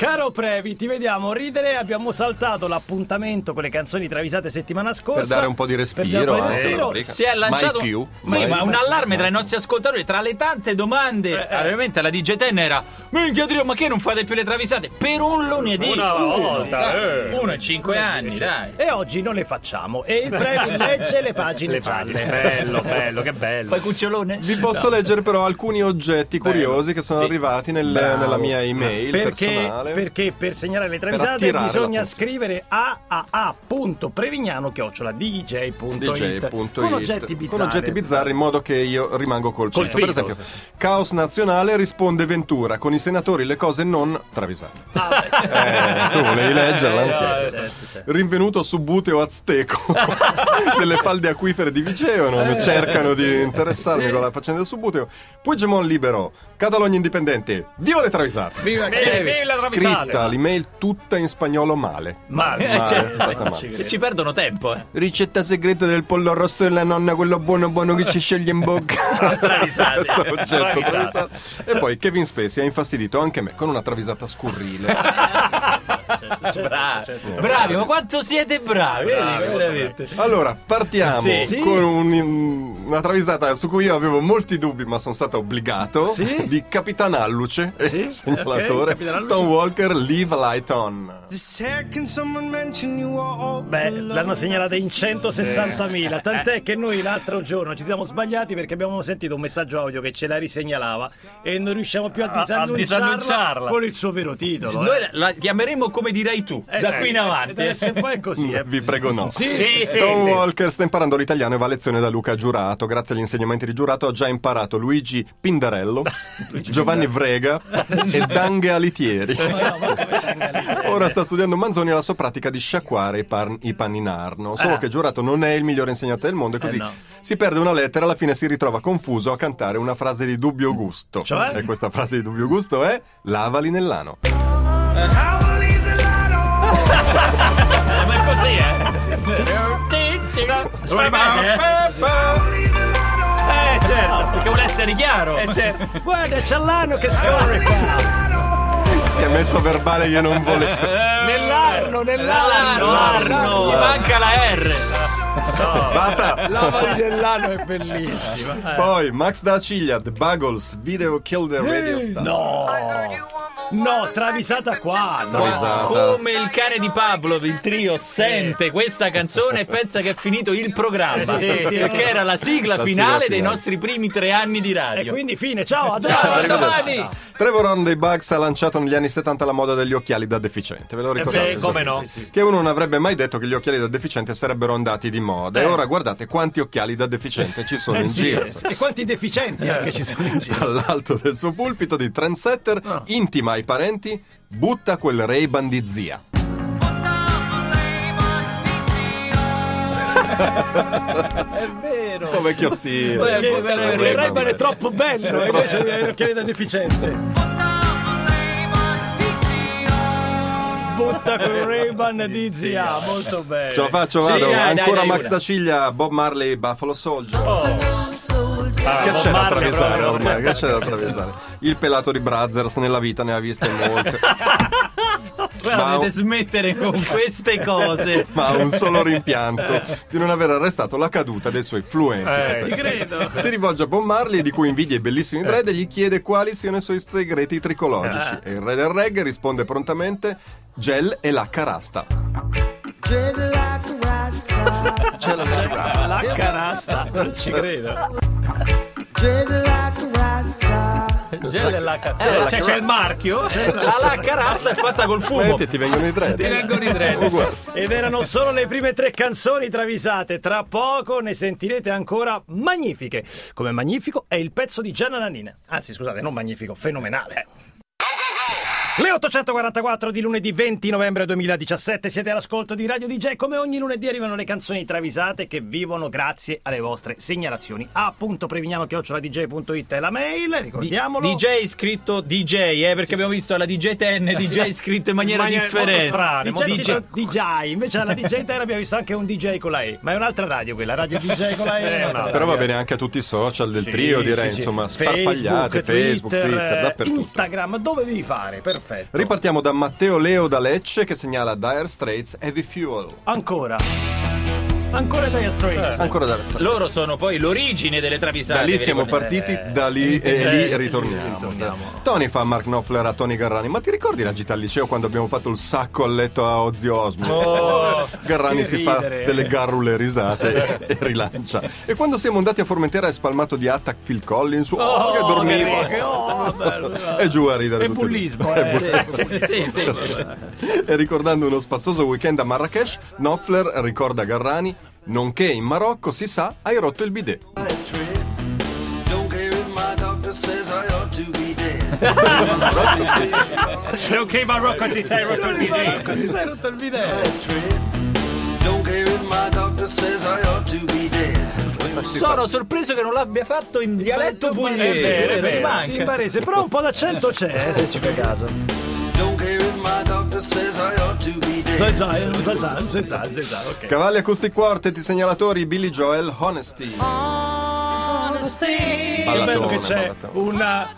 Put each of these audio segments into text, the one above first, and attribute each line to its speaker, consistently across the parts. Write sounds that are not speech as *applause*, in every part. Speaker 1: Caro Previ, ti vediamo ridere. Abbiamo saltato l'appuntamento con le canzoni travisate settimana scorsa.
Speaker 2: Per dare un po' di respiro,
Speaker 1: Per dare un po'
Speaker 2: eh,
Speaker 1: di respiro.
Speaker 2: rubrica.
Speaker 3: Si è lanciato
Speaker 2: Mai più,
Speaker 3: sì,
Speaker 2: mai-
Speaker 3: ma un
Speaker 2: mai-
Speaker 3: allarme tra i nostri ascoltatori. Tra le tante domande, veramente la DJ Ten era: Minchia Dio, ma che non fate più le travisate? Per un lunedì,
Speaker 4: Una volta,
Speaker 3: dai,
Speaker 4: eh.
Speaker 3: uno in cinque anni, dai.
Speaker 1: E oggi non le facciamo. E il Previ legge le pagine
Speaker 4: Le
Speaker 1: gialle.
Speaker 4: palle, bello, bello, che bello.
Speaker 3: Fai cucciolone?
Speaker 2: Vi posso leggere però alcuni oggetti curiosi che sono
Speaker 4: Sì.
Speaker 2: arrivati nel-
Speaker 4: Bravo.
Speaker 2: nella mia email
Speaker 1: Perché,
Speaker 2: personale.
Speaker 1: perché per segnalare le travisate
Speaker 2: attirare
Speaker 1: bisogna
Speaker 2: l'attenzione.
Speaker 1: scrivere aaa.prevignano-dj.it con oggetti bizzarri.
Speaker 2: con oggetti bizzarri in modo che io rimango colpito.
Speaker 1: Colpito.
Speaker 2: Per esempio, Caos Nazionale risponde Ventura con i senatori le cose non travisate. *laughs* Eh, tu volevi leggerla?
Speaker 1: Ah, Eh, certo, certo.
Speaker 2: Rinvenuto
Speaker 1: *laughs*
Speaker 2: subuteo azteco delle falde acquifere di Vigeo, non
Speaker 1: Eh.
Speaker 2: cercano di interessarmi con la faccenda del subuteo. Puigdemont libero, Catalogna indipendente, viva le travisate!
Speaker 1: Viva
Speaker 4: Vivi,
Speaker 1: Previ.
Speaker 4: vivi la
Speaker 2: Scritta
Speaker 4: travisate.
Speaker 2: l'email tutta in spagnolo male.
Speaker 1: Male,
Speaker 2: Male,
Speaker 3: certo.
Speaker 2: fatta male.
Speaker 3: E ci perdono tempo, eh.
Speaker 2: Ricetta segreta del pollo arrosto della nonna, quello buono buono che ci sceglie
Speaker 1: *laughs*
Speaker 2: in bocca.
Speaker 4: Travisate.
Speaker 2: Questo oggetto
Speaker 4: Travisate.
Speaker 2: travisato. E poi Kevin Spacey ha infastidito anche me con una travisata
Speaker 1: *laughs*
Speaker 2: scurrile.
Speaker 3: Bravi, bravi, ma quanto siete bravi, vedi,
Speaker 1: eh.
Speaker 3: veramente.
Speaker 2: Allora, partiamo
Speaker 4: Sì.
Speaker 1: Sì.
Speaker 2: con un- una travisata su cui io avevo molti dubbi, ma sono stato obbligato,
Speaker 1: Sì.
Speaker 2: di Capitan Alluce, *laughs*
Speaker 1: Sì,
Speaker 2: eh, segnalatore,
Speaker 1: ok, Capitan Alluce.
Speaker 2: Tom Walker, Leave a Light On.
Speaker 5: The second someone mentioned you are all
Speaker 1: Beh,
Speaker 5: alone.
Speaker 1: l'hanno segnalata in 160.000, tant'è che noi l'altro giorno ci siamo sbagliati perché abbiamo sentito un messaggio audio che ce la risegnalava e non riusciamo più a
Speaker 4: a
Speaker 1: disannunciarla
Speaker 4: disannunciarla.
Speaker 1: con il suo vero titolo.
Speaker 3: Noi
Speaker 1: eh.
Speaker 3: la, la chiameremo come dirai tu,
Speaker 1: Eh
Speaker 3: da
Speaker 1: sì,
Speaker 3: qui in
Speaker 1: eh,
Speaker 3: avanti.
Speaker 1: da Adesso un po' è così. eh.
Speaker 2: Vi prego no.
Speaker 1: Sì,
Speaker 4: Sì, sì,
Speaker 2: Tom
Speaker 4: sì.
Speaker 2: Walker sta imparando l'italiano e va a lezione da Luca Giurato. Grazie agli insegnamenti di Giurato ha già imparato Luigi Pindarello, Giovanni Vrega e Danghe Alitieri. Ora sta studiando Manzoni alla sua pratica di sciacquare i, par- i panni in arno. Solo che Giurato non è il migliore insegnante del mondo e così
Speaker 1: no.
Speaker 2: si perde una lettera e alla fine si ritrova confuso a cantare una frase di dubbio gusto.
Speaker 1: Cioè?
Speaker 2: E questa frase di dubbio gusto è Lavali nell'ano.
Speaker 5: I will leave the light on.
Speaker 3: Eh, Ma è così, eh. Veramente, eh.
Speaker 5: I will leave the light on.
Speaker 3: Eh, certo, perché vuole essere chiaro.
Speaker 1: Guarda, c'è l'ano che scorre qua.
Speaker 2: Si è messo a verbale che non voleva.
Speaker 1: Nell'arno, nell'arno.
Speaker 3: L'arno, gli manca la R.
Speaker 2: Basta!
Speaker 1: L'avali dell'ano è bellissima. eh.
Speaker 2: Poi Max da Ciglia, The Buggles, Video Kill the Radio Star.
Speaker 1: Eh, No. No, travisata qua. no.
Speaker 2: Travisata.
Speaker 3: Come il cane di Pavlov, il trio sente questa canzone e pensa che è finito il programma.
Speaker 1: Sì, sì, sì.
Speaker 3: Perché era la sigla
Speaker 2: La sigla
Speaker 3: finale dei
Speaker 2: finale. Ah,
Speaker 3: nostri primi tre anni di
Speaker 1: E
Speaker 3: radio.
Speaker 1: quindi fine, ciao, a domani.
Speaker 3: Ciao,
Speaker 2: Arrivederci.
Speaker 3: Giovanni!
Speaker 2: Trevor Horn dei Bugs ha lanciato negli anni 70 la moda degli occhiali da deficiente,
Speaker 1: Eh,
Speaker 2: ve lo ricordate?
Speaker 4: beh, come
Speaker 2: Sì,
Speaker 4: no.
Speaker 2: sì, sì. Che uno non avrebbe mai detto che gli occhiali da deficiente sarebbero andati di moda. E ora guardate quanti occhiali da deficiente ci sono
Speaker 1: Eh
Speaker 2: in
Speaker 1: sì,
Speaker 2: giro.
Speaker 1: eh sì. E quanti deficienti anche ci sono in giro.
Speaker 2: Dall'alto del suo pulpito di trendsetter, intima ai parenti, butta quel re di zia.
Speaker 3: È vero.
Speaker 2: Un vecchio stile.
Speaker 3: Beh,
Speaker 1: Che-
Speaker 3: beh, beh,
Speaker 1: che
Speaker 3: beh,
Speaker 1: il Rayman è troppo bello, e invece è occhiali da deficiente. Butta con Rayman di zia, molto bello.
Speaker 2: Ce la faccio,
Speaker 3: Sì,
Speaker 2: vado.
Speaker 3: dai, dai,
Speaker 2: Ancora
Speaker 3: dai,
Speaker 2: Max
Speaker 3: una. Oh.
Speaker 2: da Ciglia, Bob Marley, Buffalo Soldier.
Speaker 4: Ah,
Speaker 2: Che
Speaker 4: Bob
Speaker 2: c'è da
Speaker 4: Marley
Speaker 2: travisare
Speaker 4: proprio.
Speaker 2: ormai? Che c'è da travisare? Il pelato di Brothers nella vita ne ha viste
Speaker 3: *laughs*
Speaker 2: molte,
Speaker 3: Guarda,
Speaker 2: Ma-
Speaker 3: dovete smettere con queste cose.
Speaker 2: ma ha un solo rimpianto di non aver arrestato la caduta dei suoi
Speaker 4: Eh.
Speaker 2: fluenti.
Speaker 1: Ti credo.
Speaker 2: Si rivolge a Bob Marley, di cui invidia i bellissimi dread, e gli chiede quali siano i suoi segreti tricologici. E il re del reggae risponde prontamente: gel e lacca rasta.
Speaker 5: Dread like the rasta.
Speaker 2: Gel e lacca rasta.
Speaker 1: La carasta, non ci credo.
Speaker 5: Dread like the rasta.
Speaker 4: Gel e lacca-
Speaker 2: Eh, la
Speaker 4: Cioè, c'è
Speaker 2: carasta.
Speaker 4: il marchio?
Speaker 3: La lacca rasta è fatta col fumo.
Speaker 2: Senti, ti vengono i dread. Ti vengono i dread.
Speaker 1: Ed erano solo le prime tre canzoni travisate. Tra poco ne sentirete ancora magnifiche. Come magnifico è il pezzo di Gianna Nannina. Anzi, scusate, non magnifico, fenomenale. Le 844 di lunedì 20 novembre 2017 siete all'ascolto di Radio DJ. Come ogni lunedì arrivano le canzoni travisate che vivono grazie alle vostre segnalazioni. a.prevignano-dj.it è la mail, ricordiamolo.
Speaker 3: DJ scritto DJ, eh, perché abbiamo visto alla DJ Ten DJ scritto in maniera,
Speaker 4: maniera
Speaker 3: differente.
Speaker 4: molto strana,
Speaker 1: Di
Speaker 4: molto
Speaker 1: certi
Speaker 3: DJ.
Speaker 1: sono DJ, invece alla DJ Terra abbiamo visto anche un DJ con la E, ma è un'altra radio quella, Radio DJ con la E. *laughs* è
Speaker 4: Eh,
Speaker 1: un'altra
Speaker 4: no,
Speaker 2: Però va
Speaker 1: radio.
Speaker 2: bene anche a tutti i social del
Speaker 1: Sì,
Speaker 2: trio, direi,
Speaker 1: sì, sì.
Speaker 2: insomma,
Speaker 1: Facebook,
Speaker 2: sparpagliate, Facebook, Twitter,
Speaker 1: eh,
Speaker 2: dappertutto.
Speaker 1: Instagram, dove vi pare, perfetto. Perfetto.
Speaker 2: Ripartiamo da Matteo Leo da Lecce che segnala Dire Straits Heavy Fuel.
Speaker 1: Ancora. Ancora Dire Straits.
Speaker 2: Ancora Dire Straits.
Speaker 3: Loro sono poi l'origine delle travisate.
Speaker 2: Da lì
Speaker 3: vi
Speaker 2: siamo
Speaker 3: ricordate?
Speaker 1: *laughs*
Speaker 2: partiti, da lì e
Speaker 4: eh,
Speaker 2: lì
Speaker 4: eh,
Speaker 2: ritorniamo.
Speaker 1: ritorniamo.
Speaker 2: Tony fa Mark Knopfler a Tony Garrani. Ma ti ricordi la gita al liceo quando abbiamo fatto il sacco a letto a Ozzy Osbourne? *laughs* Garrani
Speaker 1: Oh, che
Speaker 2: si
Speaker 1: ridere.
Speaker 2: fa delle
Speaker 1: *laughs*
Speaker 2: garrule risate e rilancia. E quando siamo andati a Formentera è spalmato di Attack Phil Collins. Oh, che dormiva!
Speaker 1: che- oh,
Speaker 2: *laughs*
Speaker 1: bello.
Speaker 2: E giù a ridere.
Speaker 1: È
Speaker 2: tutti e due.
Speaker 1: bullismo,
Speaker 2: È
Speaker 1: eh.
Speaker 2: bullismo.
Speaker 3: Sì, sì, sì.
Speaker 2: *laughs* E ricordando uno spassoso weekend a Marrakesh, Knopfler ricorda Garrani, nonché in Marocco si sa hai rotto il bidet.
Speaker 5: Don't care if my doctor says I ought to be dead.
Speaker 4: ok, Marocco, si sei rotto il video.
Speaker 1: Così sei rotto il video.
Speaker 5: That's red. Don't care if my doctor says I ought to be dead.
Speaker 3: Sono sorpreso che non l'abbia fatto in dialetto
Speaker 4: è
Speaker 3: pugliese.
Speaker 4: vero, è
Speaker 3: si
Speaker 4: vero.
Speaker 1: Sì,
Speaker 3: manca.
Speaker 1: in barese, però un po' d'accento c'è, eh, se ci fai caso.
Speaker 5: Don't care if my doctor says I ought to be dead.
Speaker 1: Zezal, zezal, zezal, zezal, ok.
Speaker 2: Cavalli Acoustic Quartet, i segnalatori Billy Joel, Honesty.
Speaker 1: Che bello
Speaker 2: Ballatone,
Speaker 1: che c'è
Speaker 2: ballatone.
Speaker 1: una-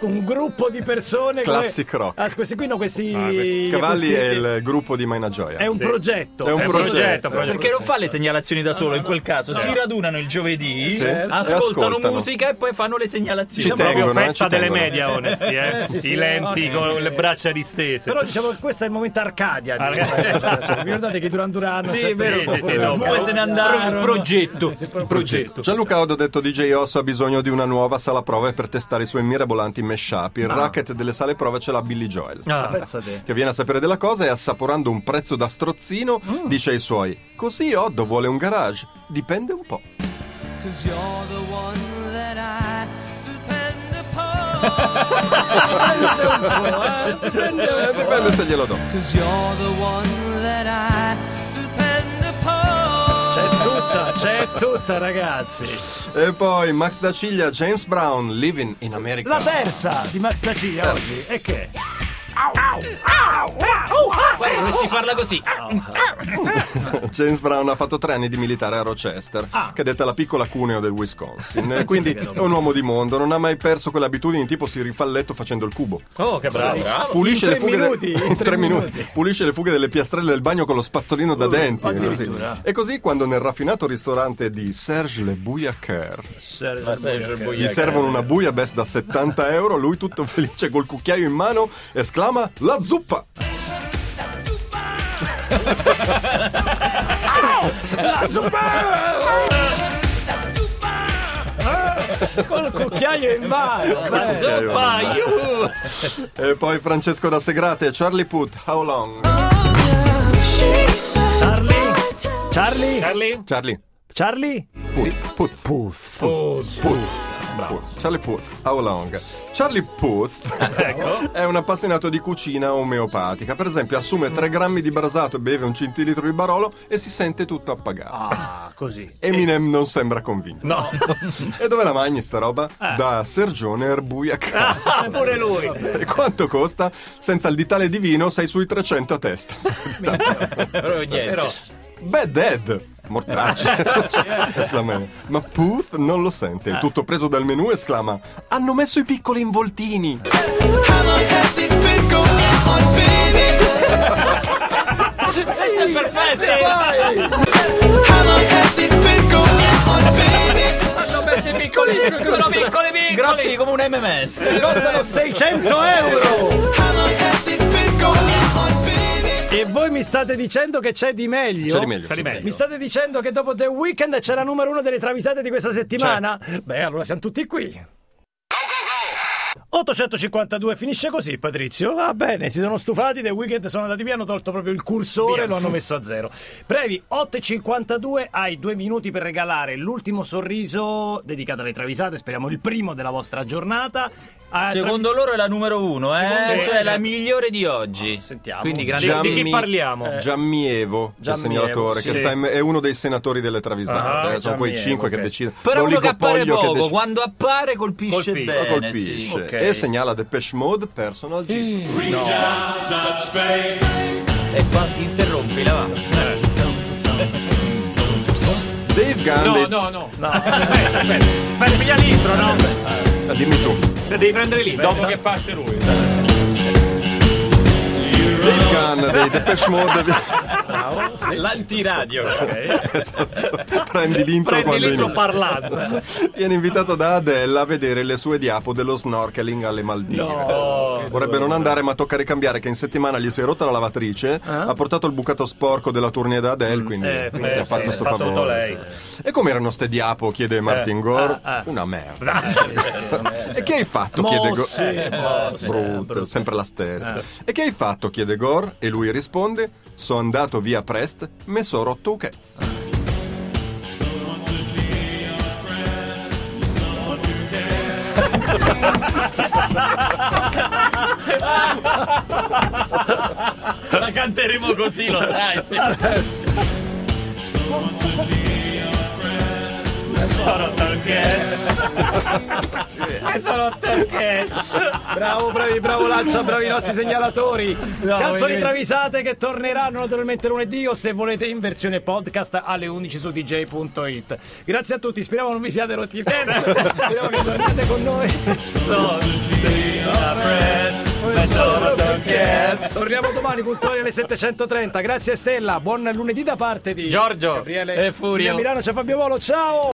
Speaker 1: un gruppo di persone.
Speaker 2: Classic
Speaker 1: come-
Speaker 2: rock.
Speaker 1: Ah, questi qui no, questi.
Speaker 4: questi-
Speaker 2: Cavalli
Speaker 1: questi-
Speaker 2: è il gruppo di Maina
Speaker 1: È
Speaker 2: Gioia.
Speaker 1: un progetto.
Speaker 2: È un
Speaker 4: È un progetto, progetto.
Speaker 3: Perché non fa le segnalazioni da solo in quel caso, si radunano il giovedì,
Speaker 2: Sì.
Speaker 3: ascoltano,
Speaker 2: ascoltano.
Speaker 3: musica e poi fanno le segnalazioni.
Speaker 2: Ci
Speaker 3: Cioè,
Speaker 2: tengo.
Speaker 4: Proprio
Speaker 2: Tengono, eh,
Speaker 4: festa
Speaker 2: ci
Speaker 4: delle
Speaker 2: tengono.
Speaker 4: media, onesti, eh.
Speaker 1: Eh, sì, sì,
Speaker 4: I lenti
Speaker 1: onesti.
Speaker 4: con le braccia distese.
Speaker 1: Però diciamo che questo è il momento Arcadia. di-
Speaker 4: Arcadia. *laughs*
Speaker 1: cioè, cioè, vi ricordate che Duran Duran.
Speaker 3: Sì,
Speaker 1: certe
Speaker 3: è vero,
Speaker 1: volte
Speaker 4: Certo. sì, sì,
Speaker 1: fuori-
Speaker 4: no,
Speaker 1: fuori-
Speaker 4: però-
Speaker 3: se ne andarono.
Speaker 6: Progetto.
Speaker 1: Sì, proprio-
Speaker 6: Progetto.
Speaker 2: Gianluca Odo, detto DJ Osso, ha bisogno di una nuova sala prove per testare i suoi mirabolanti mashup. Il racket delle sale prove ce l'ha Billy Joel.
Speaker 1: Ah, pensa te.
Speaker 2: Che viene a sapere della cosa e assaporando un prezzo da strozzino
Speaker 1: Mm.
Speaker 2: dice ai suoi: Così Oddo vuole un garage? Dipende
Speaker 1: *laughs*
Speaker 2: un po'.
Speaker 5: Cause you're the one that I depend upon.
Speaker 2: Eh, dipende se glielo do.
Speaker 5: Cause you're the one that I depend upon.
Speaker 1: C'è tutta, c'è tutta, ragazzi.
Speaker 2: E poi Max da Ciglia, James Brown, Living in America.
Speaker 1: La terza di Max Tacia oggi. E che?
Speaker 3: Poi Cioè, si parla così.
Speaker 2: *laughs* James Brown ha fatto tre anni di militare a Rochester,
Speaker 1: Ah.
Speaker 2: che è detta la piccola cuneo del
Speaker 1: *laughs*
Speaker 2: Wisconsin. Eh, Quindi è un uomo di mondo, non ha mai perso quell'abitudine tipo si rifà il letto facendo il cubo.
Speaker 4: Oh, che bravo.
Speaker 2: Pulisce
Speaker 1: In
Speaker 2: le
Speaker 1: tre
Speaker 2: fughe de-
Speaker 1: minuti, in
Speaker 2: *laughs* in
Speaker 1: tre
Speaker 2: tre minuti.
Speaker 1: minuti. Oh,
Speaker 2: Pulisce le fughe delle piastrelle del bagno con lo spazzolino da denti.
Speaker 1: addirittura.
Speaker 2: così. E così quando nel raffinato ristorante di Serge Le Bouillacaire gli servono una buia best da 70 euro, lui tutto *laughs* felice col cucchiaio in mano esclama la zuppa!
Speaker 1: Col cucchiaio in
Speaker 4: *laughs*
Speaker 1: mano. bello.
Speaker 2: Zuppa, Eh, *laughs* E poi Francesco da Segrate, Charlie Put, How Long?
Speaker 1: Charlie? Charlie?
Speaker 4: Carli?
Speaker 2: Charlie,
Speaker 1: Charlie?
Speaker 2: Put, Put, Put, Put, Put. Put. Charlie Puth, how long? Charlie
Speaker 4: *laughs*
Speaker 2: Puth
Speaker 4: Ecco.
Speaker 2: è un appassionato di cucina omeopatica. Per esempio, assume
Speaker 4: Mm.
Speaker 2: 3 grammi di brasato, beve un centilitro di barolo e si sente tutto appagato.
Speaker 1: Ah, così.
Speaker 2: Eminem non sembra convinto.
Speaker 4: No, Eh.
Speaker 2: E dove la magni sta roba? Da Sergione
Speaker 4: *laughs*
Speaker 2: Erbuiac.
Speaker 4: pure lui.
Speaker 2: E quanto costa? Senza il ditale di vino sei sui 300 a testa.
Speaker 3: Però niente.
Speaker 2: Bad Dead! Mortacci! *laughs* esclama. Ma Puth non lo sente, tutto preso dal menù esclama: Hanno messo i piccoli involtini!
Speaker 3: Sì, perfetto.
Speaker 4: Sono messi piccoli, sono piccoli, piccoli.
Speaker 3: Grazie come un
Speaker 1: Eh,
Speaker 3: MMS.
Speaker 1: Costano 600 euro! E voi mi state dicendo che c'è di meglio?
Speaker 4: C'è di meglio.
Speaker 1: Mi state dicendo che dopo The Weeknd c'è la numero uno delle travisate di questa settimana? Beh, allora siamo tutti qui. 852 finisce così, Patrizio. Va bene, si sono stufati. The Weeknd sono andati via, hanno tolto proprio il cursore e lo hanno messo a zero. Brevi, 852, hai due minuti per regalare l'ultimo sorriso dedicato alle travisate. Speriamo il primo della vostra giornata. Ah, tra-
Speaker 3: Secondo loro è la numero uno, eh?
Speaker 1: Secondo-
Speaker 3: Cioè la migliore di oggi.
Speaker 1: Sentiamo.
Speaker 3: Quindi grande
Speaker 4: Di- di chi parliamo?
Speaker 2: Eh. Giammievo, che è il
Speaker 1: Giammievo,
Speaker 2: segnalatore, che
Speaker 1: sì.
Speaker 2: sta in- è uno dei senatori delle travisate.
Speaker 1: Ah,
Speaker 2: eh, sono quei
Speaker 1: Giammievo,
Speaker 2: cinque
Speaker 1: ok.
Speaker 2: che decidono.
Speaker 3: Però uno che appare
Speaker 2: L'oligopolio
Speaker 3: poco,
Speaker 2: dec-
Speaker 3: quando appare colpisce
Speaker 4: Colpisce.
Speaker 3: bene. sì.
Speaker 2: colpisce. E segnala Depeche Mode, Personal G.
Speaker 3: E qua interrompila, va.
Speaker 2: Dave Gunn.
Speaker 6: No,
Speaker 2: dei-
Speaker 6: no, no.
Speaker 4: Aspetta, aspetta. Aspetta, piglia l'intro, no?
Speaker 2: Ah, Dimmi tu.
Speaker 4: Devi prendere l'intro.
Speaker 6: Dopo che parte lui.
Speaker 2: leader dei Depeche Mode.
Speaker 1: Bravo, sì.
Speaker 6: L'antiradio.
Speaker 1: eh,
Speaker 2: Esatto. Prendi l'intro
Speaker 4: Prendi
Speaker 2: quando
Speaker 4: l'intro
Speaker 2: inizia.
Speaker 4: parlando.
Speaker 2: Viene invitato da Adele a vedere le sue diapo dello snorkeling alle Maldive.
Speaker 1: oh,
Speaker 2: Vorrebbe non andare, ma tocca ricambiare che in settimana gli si è rotta la lavatrice,
Speaker 4: Eh?
Speaker 2: ha portato il bucato sporco della tournée da
Speaker 4: Mm.
Speaker 2: Adele, quindi
Speaker 1: Eh,
Speaker 2: ti
Speaker 1: eh,
Speaker 2: ha
Speaker 1: sì,
Speaker 2: fatto sto
Speaker 4: fa sotto
Speaker 2: favore.
Speaker 4: lei. Eh. Ah,
Speaker 2: sì. E come erano ste diapo? chiede Martin Gore. Una merda. e che hai fatto? chiede Gore.
Speaker 1: Mosse, mosse,
Speaker 2: brutto,
Speaker 1: brutto.
Speaker 2: sempre la stessa.
Speaker 4: Eh.
Speaker 2: E che hai fatto? chiede Gore e lui risponde: Sono andato via presto, mi sono rotto un cazzo.
Speaker 3: La canteremo così, lo sai. sì.
Speaker 1: *laughs* Bravo, bravi, bravo Lancia, bravi i nostri segnalatori. Canzoni travisate che torneranno naturalmente lunedì o se volete in versione podcast alle 11 su dj.it. Grazie a tutti, speriamo non vi siate rotti il pezzo. Speriamo che tornate con noi. Torniamo domani puntuali alle 7.30. Grazie Stella, buon lunedì da parte di
Speaker 3: Giorgio
Speaker 1: Gabriele
Speaker 3: e Furio.
Speaker 1: Da Milano c'è Fabio Volo, ciao!